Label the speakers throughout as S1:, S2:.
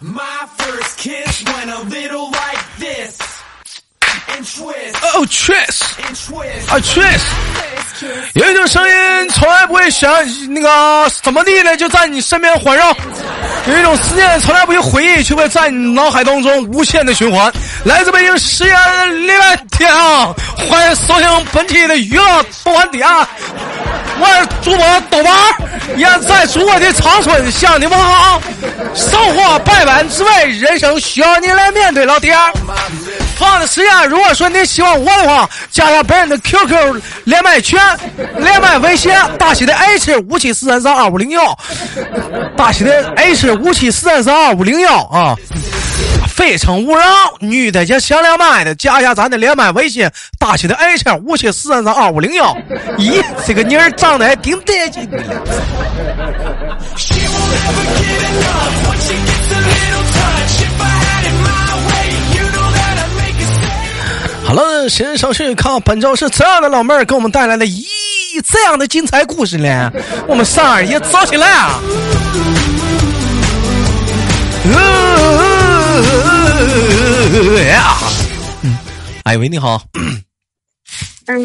S1: My first kiss went a little like this. And twist,
S2: Oh, Tris，
S1: and twist.
S2: 啊 Tris，
S3: First kiss
S2: 有一种声音从来不会响，那个怎么地呢，就在你身边环绕；有一种思念从来不会回忆，却会在你脑海当中无限的循环。来自北京时间礼拜天啊，欢迎收听本期的娱乐多环底啊，我是主播豆瓣儿，也在祖国的长春向你们好。生活百般滋味，人生需要你来面对。老弟儿，放的时间，如果说你喜欢我的话，加上本人的 QQ 连麦群、连麦微信，大写的 H 五七四三三二五零幺，大写的 H 五七四三三二五零幺啊。非诚勿扰，女的先想连麦的，加一下咱的连麦微信，大写的 H 五七四三三二五零幺。咦，这个妮儿长得还挺得劲的。
S1: She won't ever get enough when she gets a little touch. If I had it my way, you know that I'd make it stay.
S2: 好了，闲言少叙，看本周是怎样的老妹儿给我们带来了一这样的精彩故事呢？我们上二爷走起来啊！哎嗯哎喂，你好，
S3: 嗯，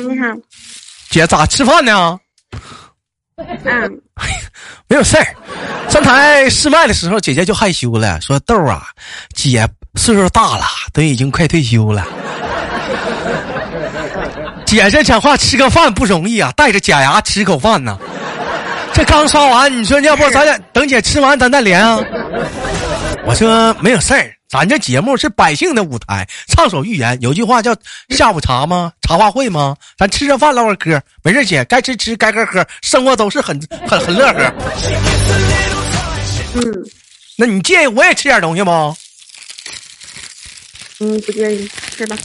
S3: 你好，
S2: 姐咋吃饭呢？
S3: 嗯，
S2: 没有事儿。上台试麦的时候，姐姐就害羞了，说：“豆儿啊，姐岁数大了，都已经快退休了。 姐这讲话吃个饭不容易啊，带着假牙吃口饭呢。这刚刷完，你说要不咱俩等姐吃完咱再连啊？我说没有事儿，咱这节目是百姓的舞台，畅所欲言。有句话叫“下午茶吗？茶话会吗？”咱吃着饭唠会儿嗑，没事儿姐，该吃吃，该喝喝，生活都是很很很乐呵。
S3: 嗯，
S2: 那你介意我也吃点东西不？
S3: 嗯，不介意，吃吧。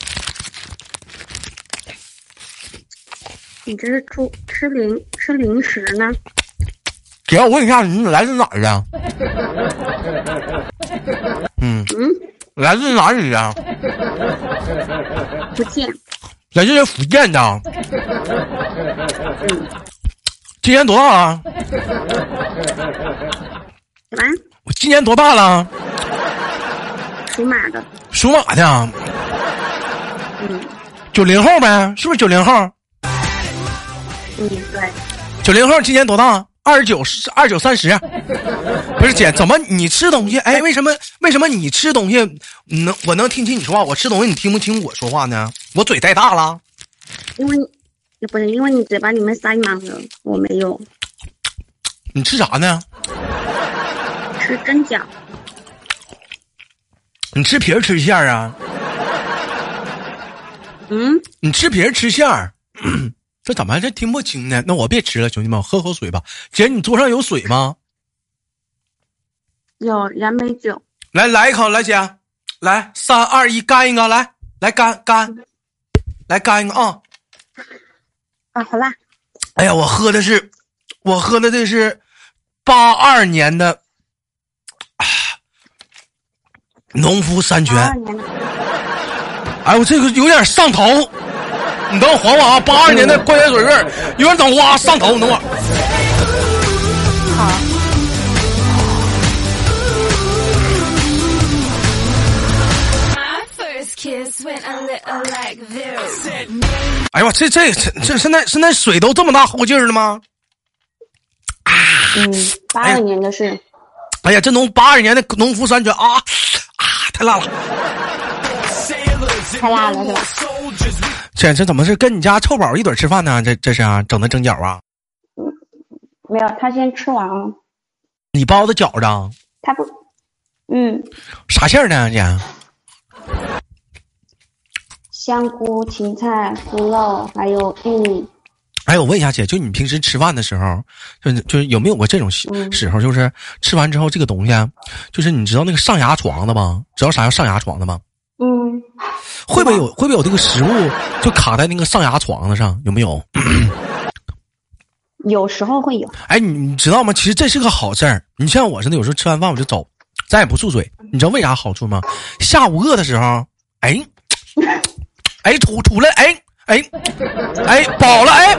S3: 你这是出吃零吃零食呢？
S2: 姐，我问一下，你来自哪儿啊 的？嗯，
S3: 嗯，
S2: 来自哪里啊的？
S3: 不见。
S2: 来自福建的。今年多大了？
S3: 什么？
S2: 我今年多大了？
S3: 属马的。
S2: 属马的，
S3: 嗯
S2: 九零后呗，是不是九零后？
S3: 嗯，对，
S2: 九零后今年多大？二十九，二九三十。啊不是姐，怎么你吃东西？哎，为什么为什么你吃东西能我能听清你说话，我吃东西你听不清我说话呢？我嘴太大了。
S3: 因为你不是因为你嘴巴里面塞满了，我没有
S2: 你吃啥呢？
S3: 吃蒸饺，
S2: 你吃皮儿吃馅儿啊？
S3: 嗯，
S2: 你吃别人吃馅儿， 这怎么还这听不清呢？那我别吃了，兄弟们，我喝口水吧。姐，你桌上有水吗？
S3: 有燃眉酒，
S2: 来，来一口，来姐，来，三二一，干一个，来，来干干，来干一个啊！
S3: 啊，好啦，
S2: 哎呀，我喝的是，我喝的这是八二年的啊农夫山泉
S3: 八。二年的，
S2: 哎，我这个有点上头，你等我缓缓啊！八二年
S3: 哎
S2: 的矿泉水味儿，有点等我啊，上头，你等我。
S3: 好，
S4: My first kiss went a little like this.
S2: 哎呦我这这这这现在现在水都这么大后劲儿了吗？
S3: 嗯，八
S2: 哎呀
S3: 二年的是，
S2: 哎呀，这农八二年的农夫山泉啊啊，太辣了！
S1: Sailors and
S3: 太辣了
S1: no
S3: 是吧
S1: more？soldiers. We
S2: 这这怎么是跟你家臭宝一堆儿吃饭呢？这这是啊，整的蒸饺啊？
S3: 没有，他先吃完了，
S2: 你包的饺子啊
S3: 他不，嗯，
S2: 啥馅儿呢，啊姐？
S3: 香菇、芹菜、猪肉，还有玉米，
S2: 哎，我问一下姐，就你平时吃饭的时候，就就是有没有过这种时
S3: 嗯
S2: 时候，就是吃完之后这个东西啊，就是你知道那个上牙床的吗？知道啥叫上牙床的吗？
S3: 嗯，
S2: 会不会有会不会有这个食物就卡在那个上牙床子上？有没有？
S3: 有时候会有，
S2: 哎，你你知道吗？其实这是个好事儿。你像我似的，有时候吃完饭我就走，咱也不漱嘴。你知道为啥好处吗？下午饿的时候，哎，哎吐吐了，哎哎哎饱了，哎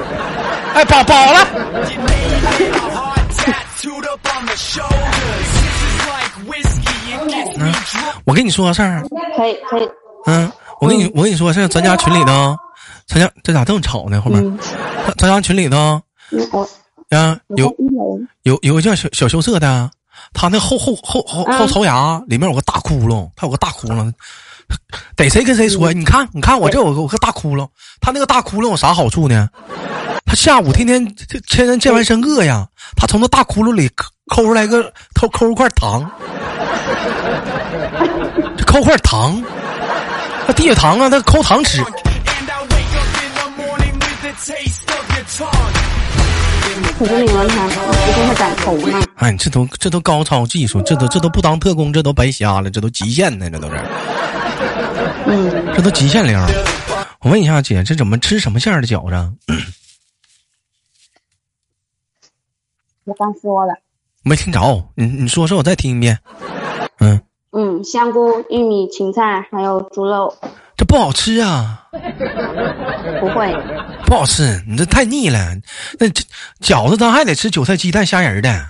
S2: 哎饱饱了。
S1: got a heart tattooed up on the shoulders. This is like whiskey. It gets
S2: 嗯，我跟你说个事儿，啊
S5: 可以可以，
S2: 嗯，我跟你我跟你说个事儿，咱家群里头，咱家这咋这么吵呢？后面，咱咱家群里头
S5: 嗯我
S2: 啊
S5: 我
S2: 有
S5: 在一楼，
S2: 有有个叫小小羞涩的，啊他那后后后后后槽牙里面有个大窟窿，他有个大窟窿，逮谁跟谁说，哎你看你看我这有个有个大窟窿，他那个大窟窿有啥好处呢？他下午天天这天天健完身饿呀，他从那大窟窿里抠抠出来个抠抠一块糖，这抠块糖，他低血糖啊，他抠糖吃。
S1: And I wake up in the morning with the taste of your tongue.
S5: 可是你闻他，你说他敢投吗？
S2: 哎，这都这都高超技术，这都这都不当特工，这都白瞎了，这都极限呢，这都是。
S5: 嗯，
S2: 这都极限量。我问一下姐，这怎么吃什么馅儿的饺子啊？
S5: 我刚说了，
S2: 没听着，你你说说，我再听一遍。嗯，
S5: 嗯，香菇、玉米、芹菜还有猪肉，
S2: 这不好吃啊，
S5: 不会，
S2: 不好吃，你这太腻了。那这饺子咱还得吃韭菜、鸡蛋、虾仁儿的，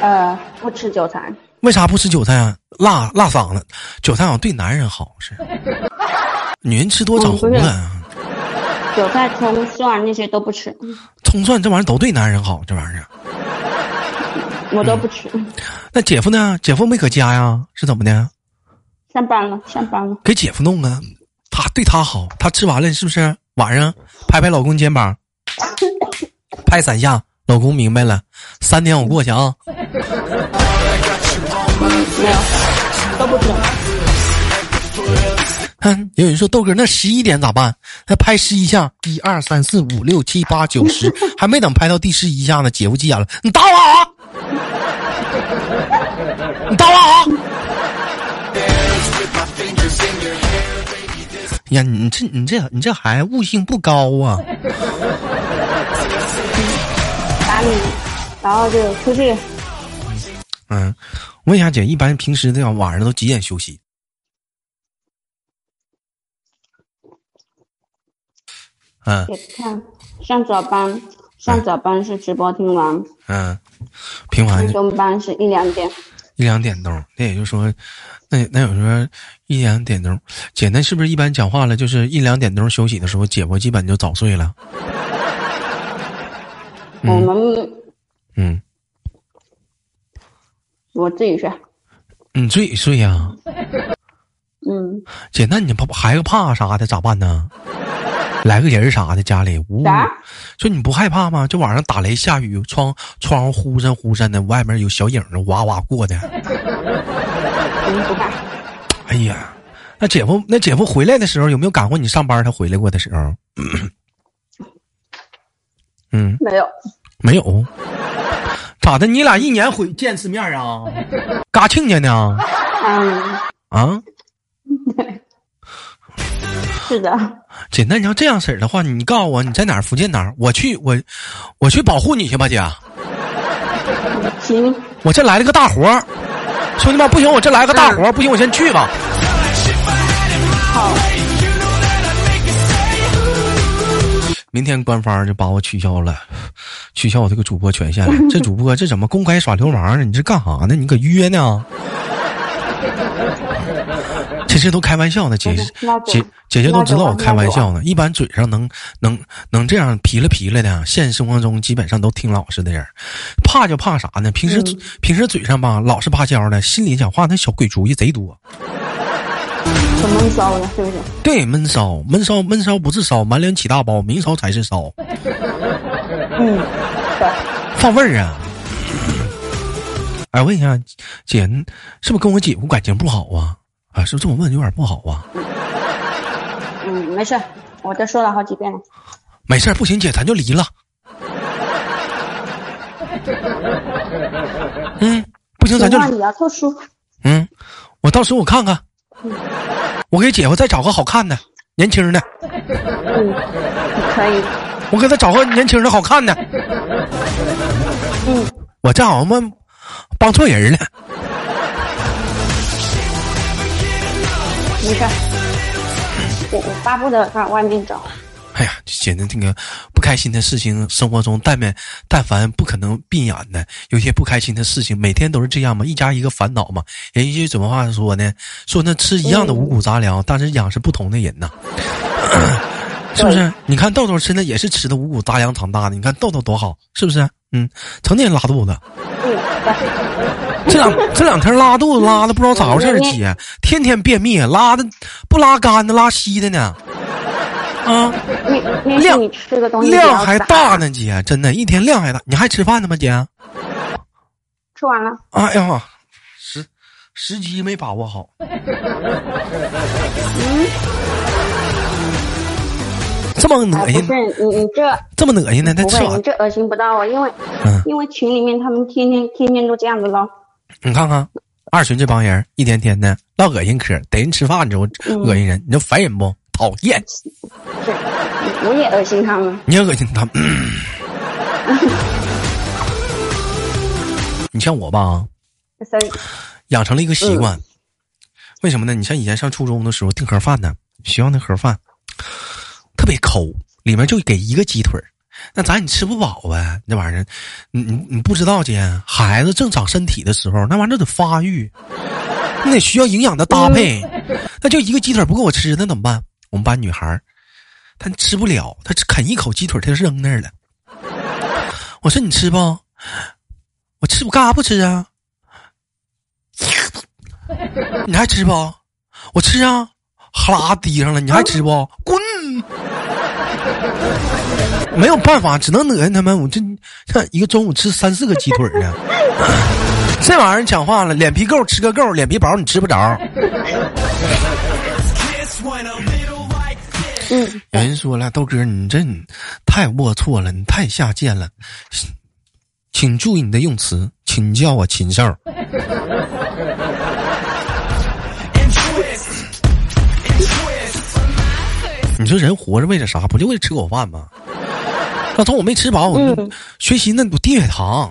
S5: 呃，不吃韭菜，
S2: 为啥不吃韭菜啊？辣辣嗓子，韭菜好像对男人好是，女人吃多长胡子啊，
S5: 韭菜、葱、蒜那些都不吃，
S2: 葱蒜这玩意儿都对男人好，这玩意儿。啊
S5: 我都不吃。
S2: 那姐夫呢？姐夫没搁家呀？是怎么的？
S5: 上班了，上班了，
S2: 给姐夫弄啊，他对他好，他吃完了是不是？晚上拍拍老公肩膀，拍三下，老公明白了，三天我过去啊。
S5: 没有，都不吃。
S2: 哼，有人说豆哥，那十一点咋办？那拍十一下，一二三四五六七八九十，还没等拍到第十一下呢，姐夫急眼了，你打我啊！你打我啊！哎呀，你这你这你这孩子悟性不高啊！
S5: 打你，然后就出去。
S2: 嗯，问一下姐，一般平时这样晚上都几点休息？嗯
S5: 给看上早班，上早班是直播听完，
S2: 嗯，平
S5: 上
S2: 完
S5: 中班是一两点。
S2: 一两点钟，那也就是说，那那有时候一两点钟，姐那是不是一般讲话了，就是一两点钟休息的时候，姐夫基本就早睡了？
S5: 我们
S2: 嗯，
S5: 我自己睡。
S2: 你自己睡呀、
S5: 嗯，
S2: 姐，那你怕孩子怕啥的咋办呢？来个人儿啥的，家里呜呜
S5: 啥，
S2: 就你不害怕吗？就晚上打雷下雨，窗窗户忽闪忽闪的，外面有小影子哇哇过的。
S5: 我们不怕。
S2: 哎呀，那姐夫那姐夫回来的时候有没有赶过你上班？他回来过的时候？嗯，
S5: 没有，
S2: 没有。咋的？你俩一年回见次面啊？嘎亲家呢？
S5: 嗯，
S2: 啊，
S5: 是的，
S2: 姐，那你要这样式儿的话，你告诉我你在哪儿？福建哪儿？我去，我我去保护你去吧，姐。
S5: 行，
S2: 我这来了个大活儿，兄弟们，不行，我这来个大活儿，不行，我先去吧。明天官方就把我取消了，取消我这个主播权限 了。这主播这怎么公开耍流氓呢？你这干啥呢？你搁约呢？其实都开玩笑呢，姐
S5: 那就
S2: 姐姐姐都知道我开玩
S5: 那就
S2: 笑呢。一般嘴上能能能这样皮了皮了的，现实生活中基本上都挺老实的人。怕就怕啥呢？平
S5: 嗯
S2: 时、平时嘴上吧老实巴交的，心里讲话那小鬼主意贼多。
S5: 怎么烧的，是不是？
S2: 对，闷骚，闷骚，闷骚不是骚，满脸起大包，明骚才是骚，
S5: 嗯，对，
S2: 放味儿啊！哎，问一下，姐，是不是跟我姐夫感情不好啊？啊，是不是这么问有点不好啊？
S5: 嗯，没事，我都说了好几遍了。
S2: 没事儿，不行，姐，咱就离了。嗯，不行，咱就
S5: 情况比较特殊，
S2: 嗯，我到时候我看看，我给姐夫再找个好看的、年轻的，
S5: 嗯，可以，
S2: 我给他找个年轻的好看的。
S5: 嗯，
S2: 我这好像帮错人了。
S5: 没事。我我巴不得上外面找，
S2: 哎哎呀，显得这个不开心的事情，生活中但面但凡不可能避免的，有些不开心的事情，每天都是这样嘛，一家一个烦恼嘛。人家怎么话说呢？说那吃一样的五谷杂粮，但是养是不同的人呐， 是不是？你看豆豆现在也是吃的五谷杂粮长大的，你看豆豆多好，是不是？嗯，成天拉肚子。这两这两天拉肚子拉的不知道咋回事儿，姐，天天便秘，拉的不拉干的，拉稀的呢。啊，
S5: 那那是
S2: 量
S5: 你吃的东西比较
S2: 量还
S5: 杂
S2: 大呢，姐，真的，一天量还大。你还吃饭呢吗，姐？
S5: 吃完了，
S2: 哎呀妈，时时机没把握好。 这么恶
S5: 哎，不
S2: 心，
S5: 是你你这
S2: 这么恶心呢？那
S5: 不
S2: 吃
S5: 会，
S2: 完
S5: 你，这恶心不到我，因为
S2: 嗯，
S5: 因为群里面他们天天天天都这样子唠。
S2: 你看看二群这帮人，一天天的唠恶心嗑，逮人吃饭你就
S5: 嗯
S2: 恶心人，你就烦人不？讨厌，
S5: 是，我也恶心他们。
S2: 你也恶心 他们。你像我吧，
S5: 所以，
S2: 养成了一个习惯。为什么呢？你像以前上初中的时候订盒饭呢，学校那盒饭特别抠，里面就给一个鸡腿儿那咱你吃不饱呗，那玩意儿，你你你不知道姐，孩子正长身体的时候，那玩意儿得发育，你得需要营养的搭配。那就一个鸡腿儿不够我吃，那怎么办？我们班女孩儿她吃不了，她只啃一口鸡腿儿，她就扔那儿了。我说你吃不？我吃，我干啥不吃啊？你还吃不？我吃啊，哈喇滴上了，你还吃不？滚！ 没有办法，只能恶心他们。我这像一个中午吃三四个鸡腿儿呢， 这玩意儿讲话了，脸皮够吃个够，脸皮薄你吃不着。
S1: Kiss when a little like this.
S2: 有人说了，豆哥，你这你太龌龊了，你太下贱了， 请注意你的用词，请叫我禽兽。你说人活着为了啥？不就为了吃口饭吗？那从我没吃饱，我、
S5: 嗯
S2: 学习那我低血糖，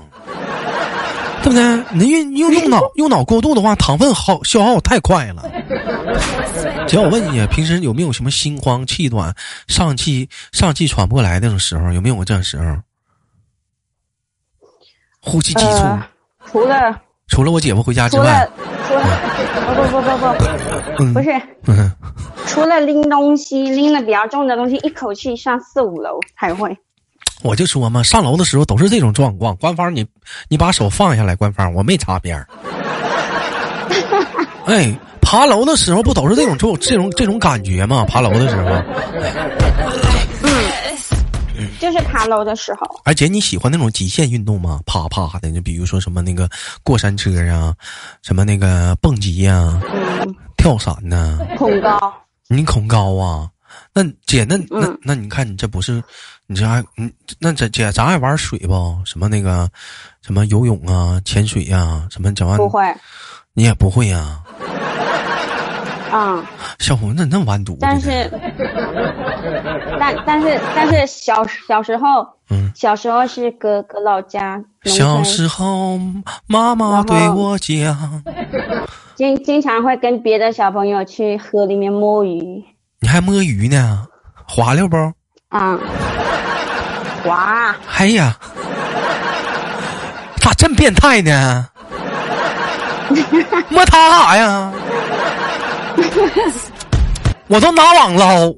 S2: 对不对？你用用用 脑用脑过度的话，糖分耗消耗太快了。姐，我问你，平时有没有什么心慌气短、上气上气喘不过来那种时候？有没有过这种时候？呼吸急促，
S5: 呃，除了
S2: 除了我姐夫回家之
S5: 除
S2: 外
S5: 了，除了不不不不
S2: 嗯
S5: 不，不是，
S2: 嗯，
S5: 除了拎东西拎的比较重的东西，一口气上四五楼才会。
S2: 我就说嘛，上楼的时候都是这种状况。官方你，你把手放下来，官方我没擦边儿。 哎，爬楼的时候不都是这种这种这种这种感觉吗？爬楼的时候，
S5: 就是爬楼的时候，
S2: 而且你喜欢那种极限运动吗？啪啪的，就比如说什么那个过山车啊，什么那个蹦极呀、
S5: 嗯，
S2: 跳伞呐、
S5: 恐高，
S2: 你恐高啊？那姐，那那
S5: 嗯
S2: 那你看你这不是，你这还嗯，那这姐咱爱玩水不？什么那个，什么游泳啊、潜水呀、什么讲完
S5: 不会，
S2: 你也不会呀、
S5: 嗯，
S2: 小红，那你那么啊完犊子呢？
S5: 但是，但但是但是小小时候，
S2: 嗯
S5: 小时候是哥哥老家农
S2: 小
S5: 村，
S2: 时候妈妈对我讲，
S5: 经经常会跟别的小朋友去河里面摸鱼，
S2: 你还摸鱼呢，滑溜不？
S5: 啊、哇，
S2: 哎呀，咋这么变态呢？ 摸它干啥 呀？我都拿网捞，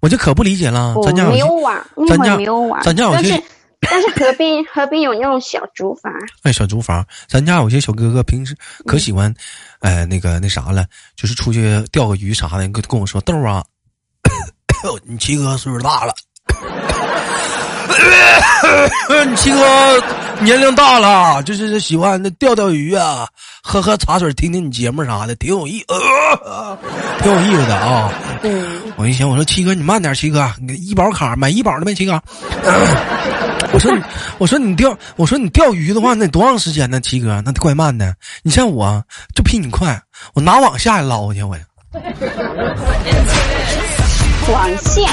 S2: 我就可不理解了。
S5: 我
S2: 咱家有
S5: 没有
S2: 些
S5: 网，那
S2: 咱
S5: 会
S2: 家
S5: 儿没有网，
S2: 咱家有
S5: 但
S2: 些
S5: 是但是河边河边有那种小竹筏，
S2: 哎小竹筏，咱家有些小哥哥平时可喜欢，呃那个那啥了，就是出去钓个鱼啥的，跟跟我说豆儿啊，你七哥岁数大了。你七哥年龄大了，就是喜欢那钓钓鱼啊，喝喝茶水，听听你节目啥的，挺有意，呃，挺有意思的啊。
S5: 嗯，
S2: 我一想，我说七哥你慢点，七哥，你医保卡买医保了没？七哥，我说你，我说你钓，我说你钓鱼的话，那多长时间呢？七哥，那得怪慢的。你像我，就比你快，我拿网下来捞去，我。
S5: 网线，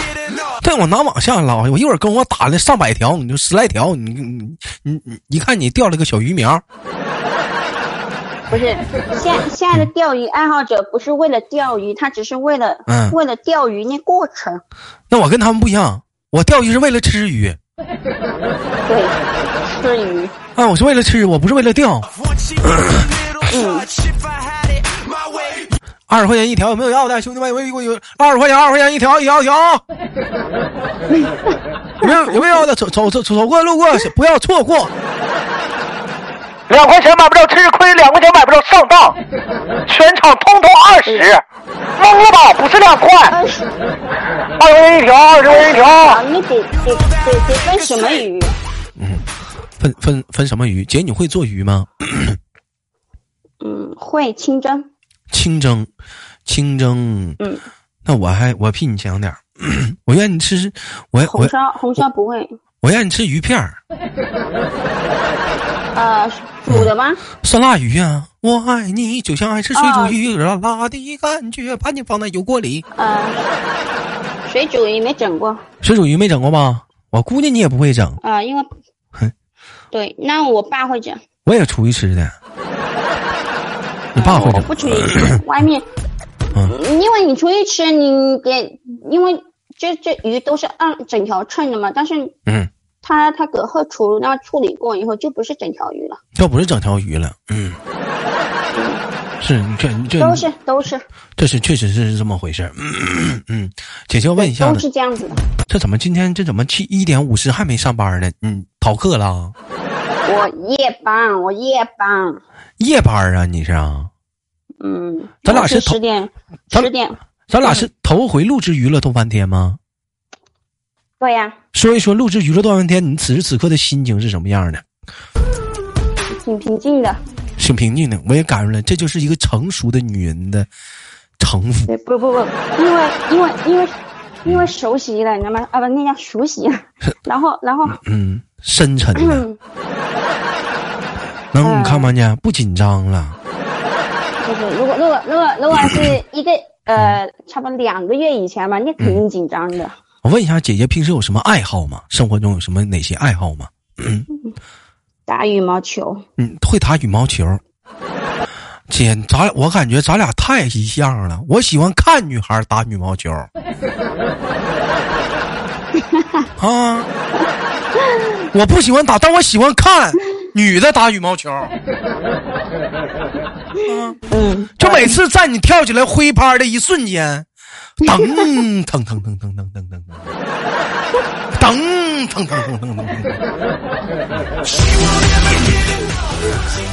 S2: 对，我拿网下捞去，我一会儿跟我打了上百条，你就十来条，你你你你一看你钓了个小鱼苗，
S5: 不是现现在的钓鱼爱好者不是为了钓鱼，他只是为了、
S2: 嗯
S5: 为了钓鱼那过程。
S2: 那我跟他们不一样，我钓鱼是为了吃鱼
S5: 对，吃鱼。
S2: 啊，我是为了吃，我不是为了钓。二十块钱一条，有没有要的？兄弟们，有没有有没有二十块钱？二十块钱一条，一条一 条。有没有有没有要的？走走走走过路过，不要错过。
S6: 两块钱买不着吃亏，两块钱买不着上当，全场通通二十，懵了吧？不是两块，
S5: 二十
S6: 二十块钱一条，二十块钱一
S5: 啊，
S6: 条。
S5: 那得得得得分什么鱼？
S2: 分分分什么鱼？姐，你会做鱼吗？
S5: 嗯，会清蒸。
S2: 清蒸，清蒸。
S5: 嗯，
S2: 那我还我比你强点儿 我愿意吃，我
S5: 红
S2: 我
S5: 烧红烧不会。
S2: 我愿意吃鱼片儿，
S5: 呃，煮的吗？
S2: 酸辣鱼啊！我爱你，就像爱吃水
S5: 啊
S2: 煮鱼，辣辣的感觉，把你放在油锅里。
S5: 呃，水煮也没整过。
S2: 水煮鱼没整过吧？我估计你也不会整，
S5: 啊、因为
S2: 哼
S5: 对，那我爸会整，
S2: 我也出去吃的。你爸会嗯
S5: 我
S2: 整
S5: 哦不出去吃，外面。因为你出去吃，你给，因为这这鱼都是按整条称的嘛，但是
S2: 嗯，
S5: 它它隔后厨那处理过以后，就不是整条鱼了，
S2: 要不是整条鱼了，嗯，是你看你这
S5: 都是都是
S2: 这是确实是这么回事儿。嗯，姐姐，我问一下
S5: 都
S2: 子，
S5: 是这样子的。
S2: 这怎么今天这怎么七一点五十还没上班呢？嗯，逃课了啊，
S5: 我夜班，我夜班，
S2: 夜班啊？你是啊？
S5: 嗯，
S2: 咱俩
S5: 我
S2: 是
S5: 是
S2: 同
S5: 十点
S2: 咱
S5: 十点，
S2: 咱俩
S5: 嗯
S2: 是头回录制娱乐动半天吗？
S5: 对呀、
S2: 说一说录制娱乐动半天，你此时此刻的心情是什么样的？
S5: 挺平静的。
S2: 挺平静的，我也感受了，这就是一个成熟的女人的城府。
S5: 对，不不不，因为因为因为因为熟悉了，你知道吗？啊，不，那叫熟悉了。然后然后，
S2: 嗯，深沉的，
S5: 嗯，
S2: 能你看看见不紧张了？
S5: 就是如果如果如果如果是一个呃，差不多两个月以前吧，那肯定紧张的。
S2: 我问一下，姐姐平时有什么爱好吗？生活中有什么哪些爱好吗？
S5: 打羽毛球，
S2: 嗯，会打羽毛球。姐，咱我感觉咱俩太一样了。我喜欢看女孩打羽毛球。啊，我不喜欢打，但我喜欢看女的打羽毛球。
S5: 嗯，
S2: 就每次在你跳起来挥拍的一瞬间，噔腾腾腾腾腾腾腾，噔腾腾腾腾腾腾。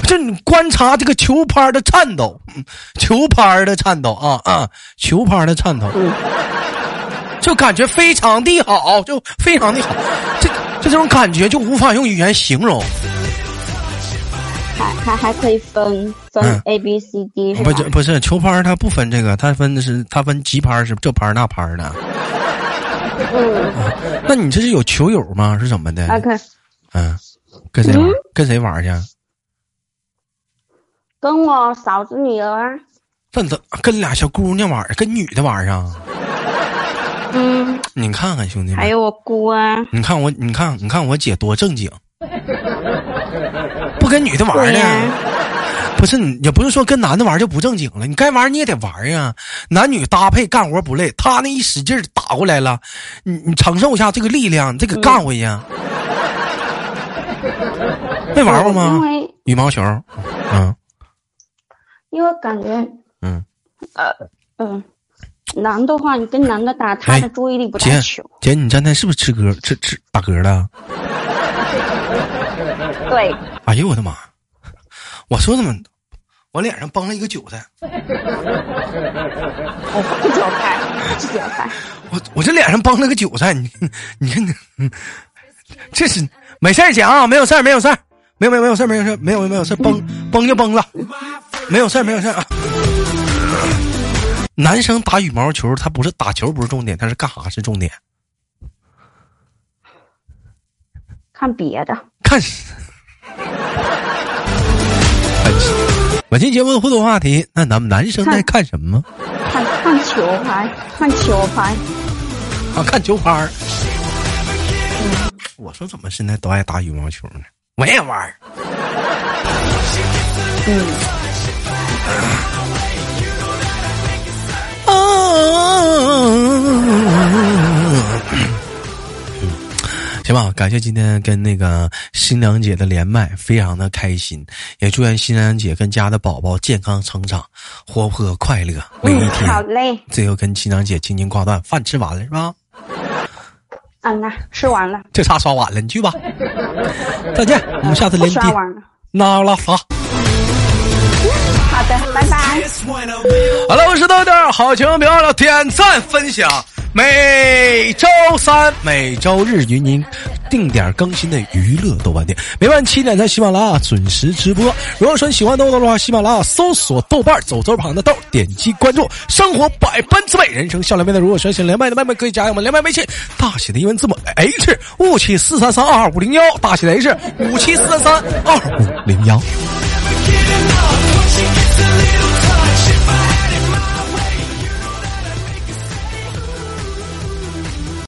S2: 就你观察这个球拍的颤抖，嗯球拍的颤抖啊啊，球拍的颤抖，就感觉非常的好，就非常的好，这这种感觉就无法用语言形容。
S5: 还还还可以分
S2: 嗯
S5: 分 A B C D 是
S2: 不
S5: 吧？
S2: 是不是，球拍儿它不分这个，它分的是它分急拍儿是这拍儿那拍儿的。嗯，那你这是有球友吗？是怎么的？
S5: 啊，可
S2: 嗯，跟谁玩儿？跟谁玩儿去？
S5: 跟我嫂子女儿啊，
S2: 那你怎跟俩小姑娘玩儿？跟女的玩儿啊？
S5: 嗯，
S2: 你看看兄弟
S5: 还
S2: 们，
S5: 有我姑啊，
S2: 你看我，你看你看我姐多正经，不跟女的玩儿
S5: 对
S2: 呢。
S5: 呀、
S2: 不是你，也不是说跟男的玩就不正经了，你该玩你也得玩呀、男女搭配干活不累，他那一使劲儿打过来了，你你承受一下这个力量，你再给干回去。
S5: 嗯
S2: 没玩过吗
S5: 呃因？为
S2: 羽毛球，嗯
S5: 因为感觉
S2: 嗯，
S5: 嗯，男的话，你跟男的打，他
S2: 哎
S5: 的注意力不
S2: 姐
S5: 在球。
S2: 姐，你刚才是不是吃嗝？吃吃打嗝了？
S5: 对，
S2: 哎呦我的妈！我说怎么，我脸上崩了一个韭菜，
S5: 我不脚开，不脚开。
S2: 我我这脸上崩了个韭菜，你你看你，这是没事儿姐啊，没有事儿，没有事儿，没有没有没有事儿，没有事儿，没有没有事儿，崩崩就崩了，没有事儿，没有事儿啊。男生打羽毛球，他不是打球不是重点，他是干啥是重点？
S5: 看别的，
S2: 看 是。哎本期节目的互动话题：那咱们男生在看什么
S5: 看看球拍，看球拍。
S2: 啊？看球拍儿。我说怎么现在都爱打羽毛球呢？我也玩儿。
S5: 嗯，
S2: 行吧，感谢今天跟那个新娘姐的连麦，非常的开心，也祝愿新娘姐跟家的宝宝健康成长，活泼快乐每一
S5: 嗯，
S2: 天。
S5: 好嘞，
S2: 最后跟新娘姐轻轻挂断，饭吃完了是吧？
S5: 嗯呐，吃完了，
S2: 就差刷碗了，你去吧。再见，我们下次
S5: 不
S2: 连地
S5: 刷碗了。
S2: 那拉撒。
S5: 好的，拜拜。
S2: 好了，我是豆豆，好情别忘了点赞分享。每周三、每周日与您定点更新的娱乐豆瓣店，每晚七点在喜马拉雅准时直播。如果说你喜欢豆豆的话，喜马拉雅搜索豆瓣儿走周旁的豆，点击关注。生活百般滋味，人生笑来面对。如果说想连麦的麦麦可以加我们连麦微信，大写的英文字母哎 H 五七四三三二五零幺，大写的 H 五七四三三二五零幺。
S1: Getting up, once she gets a little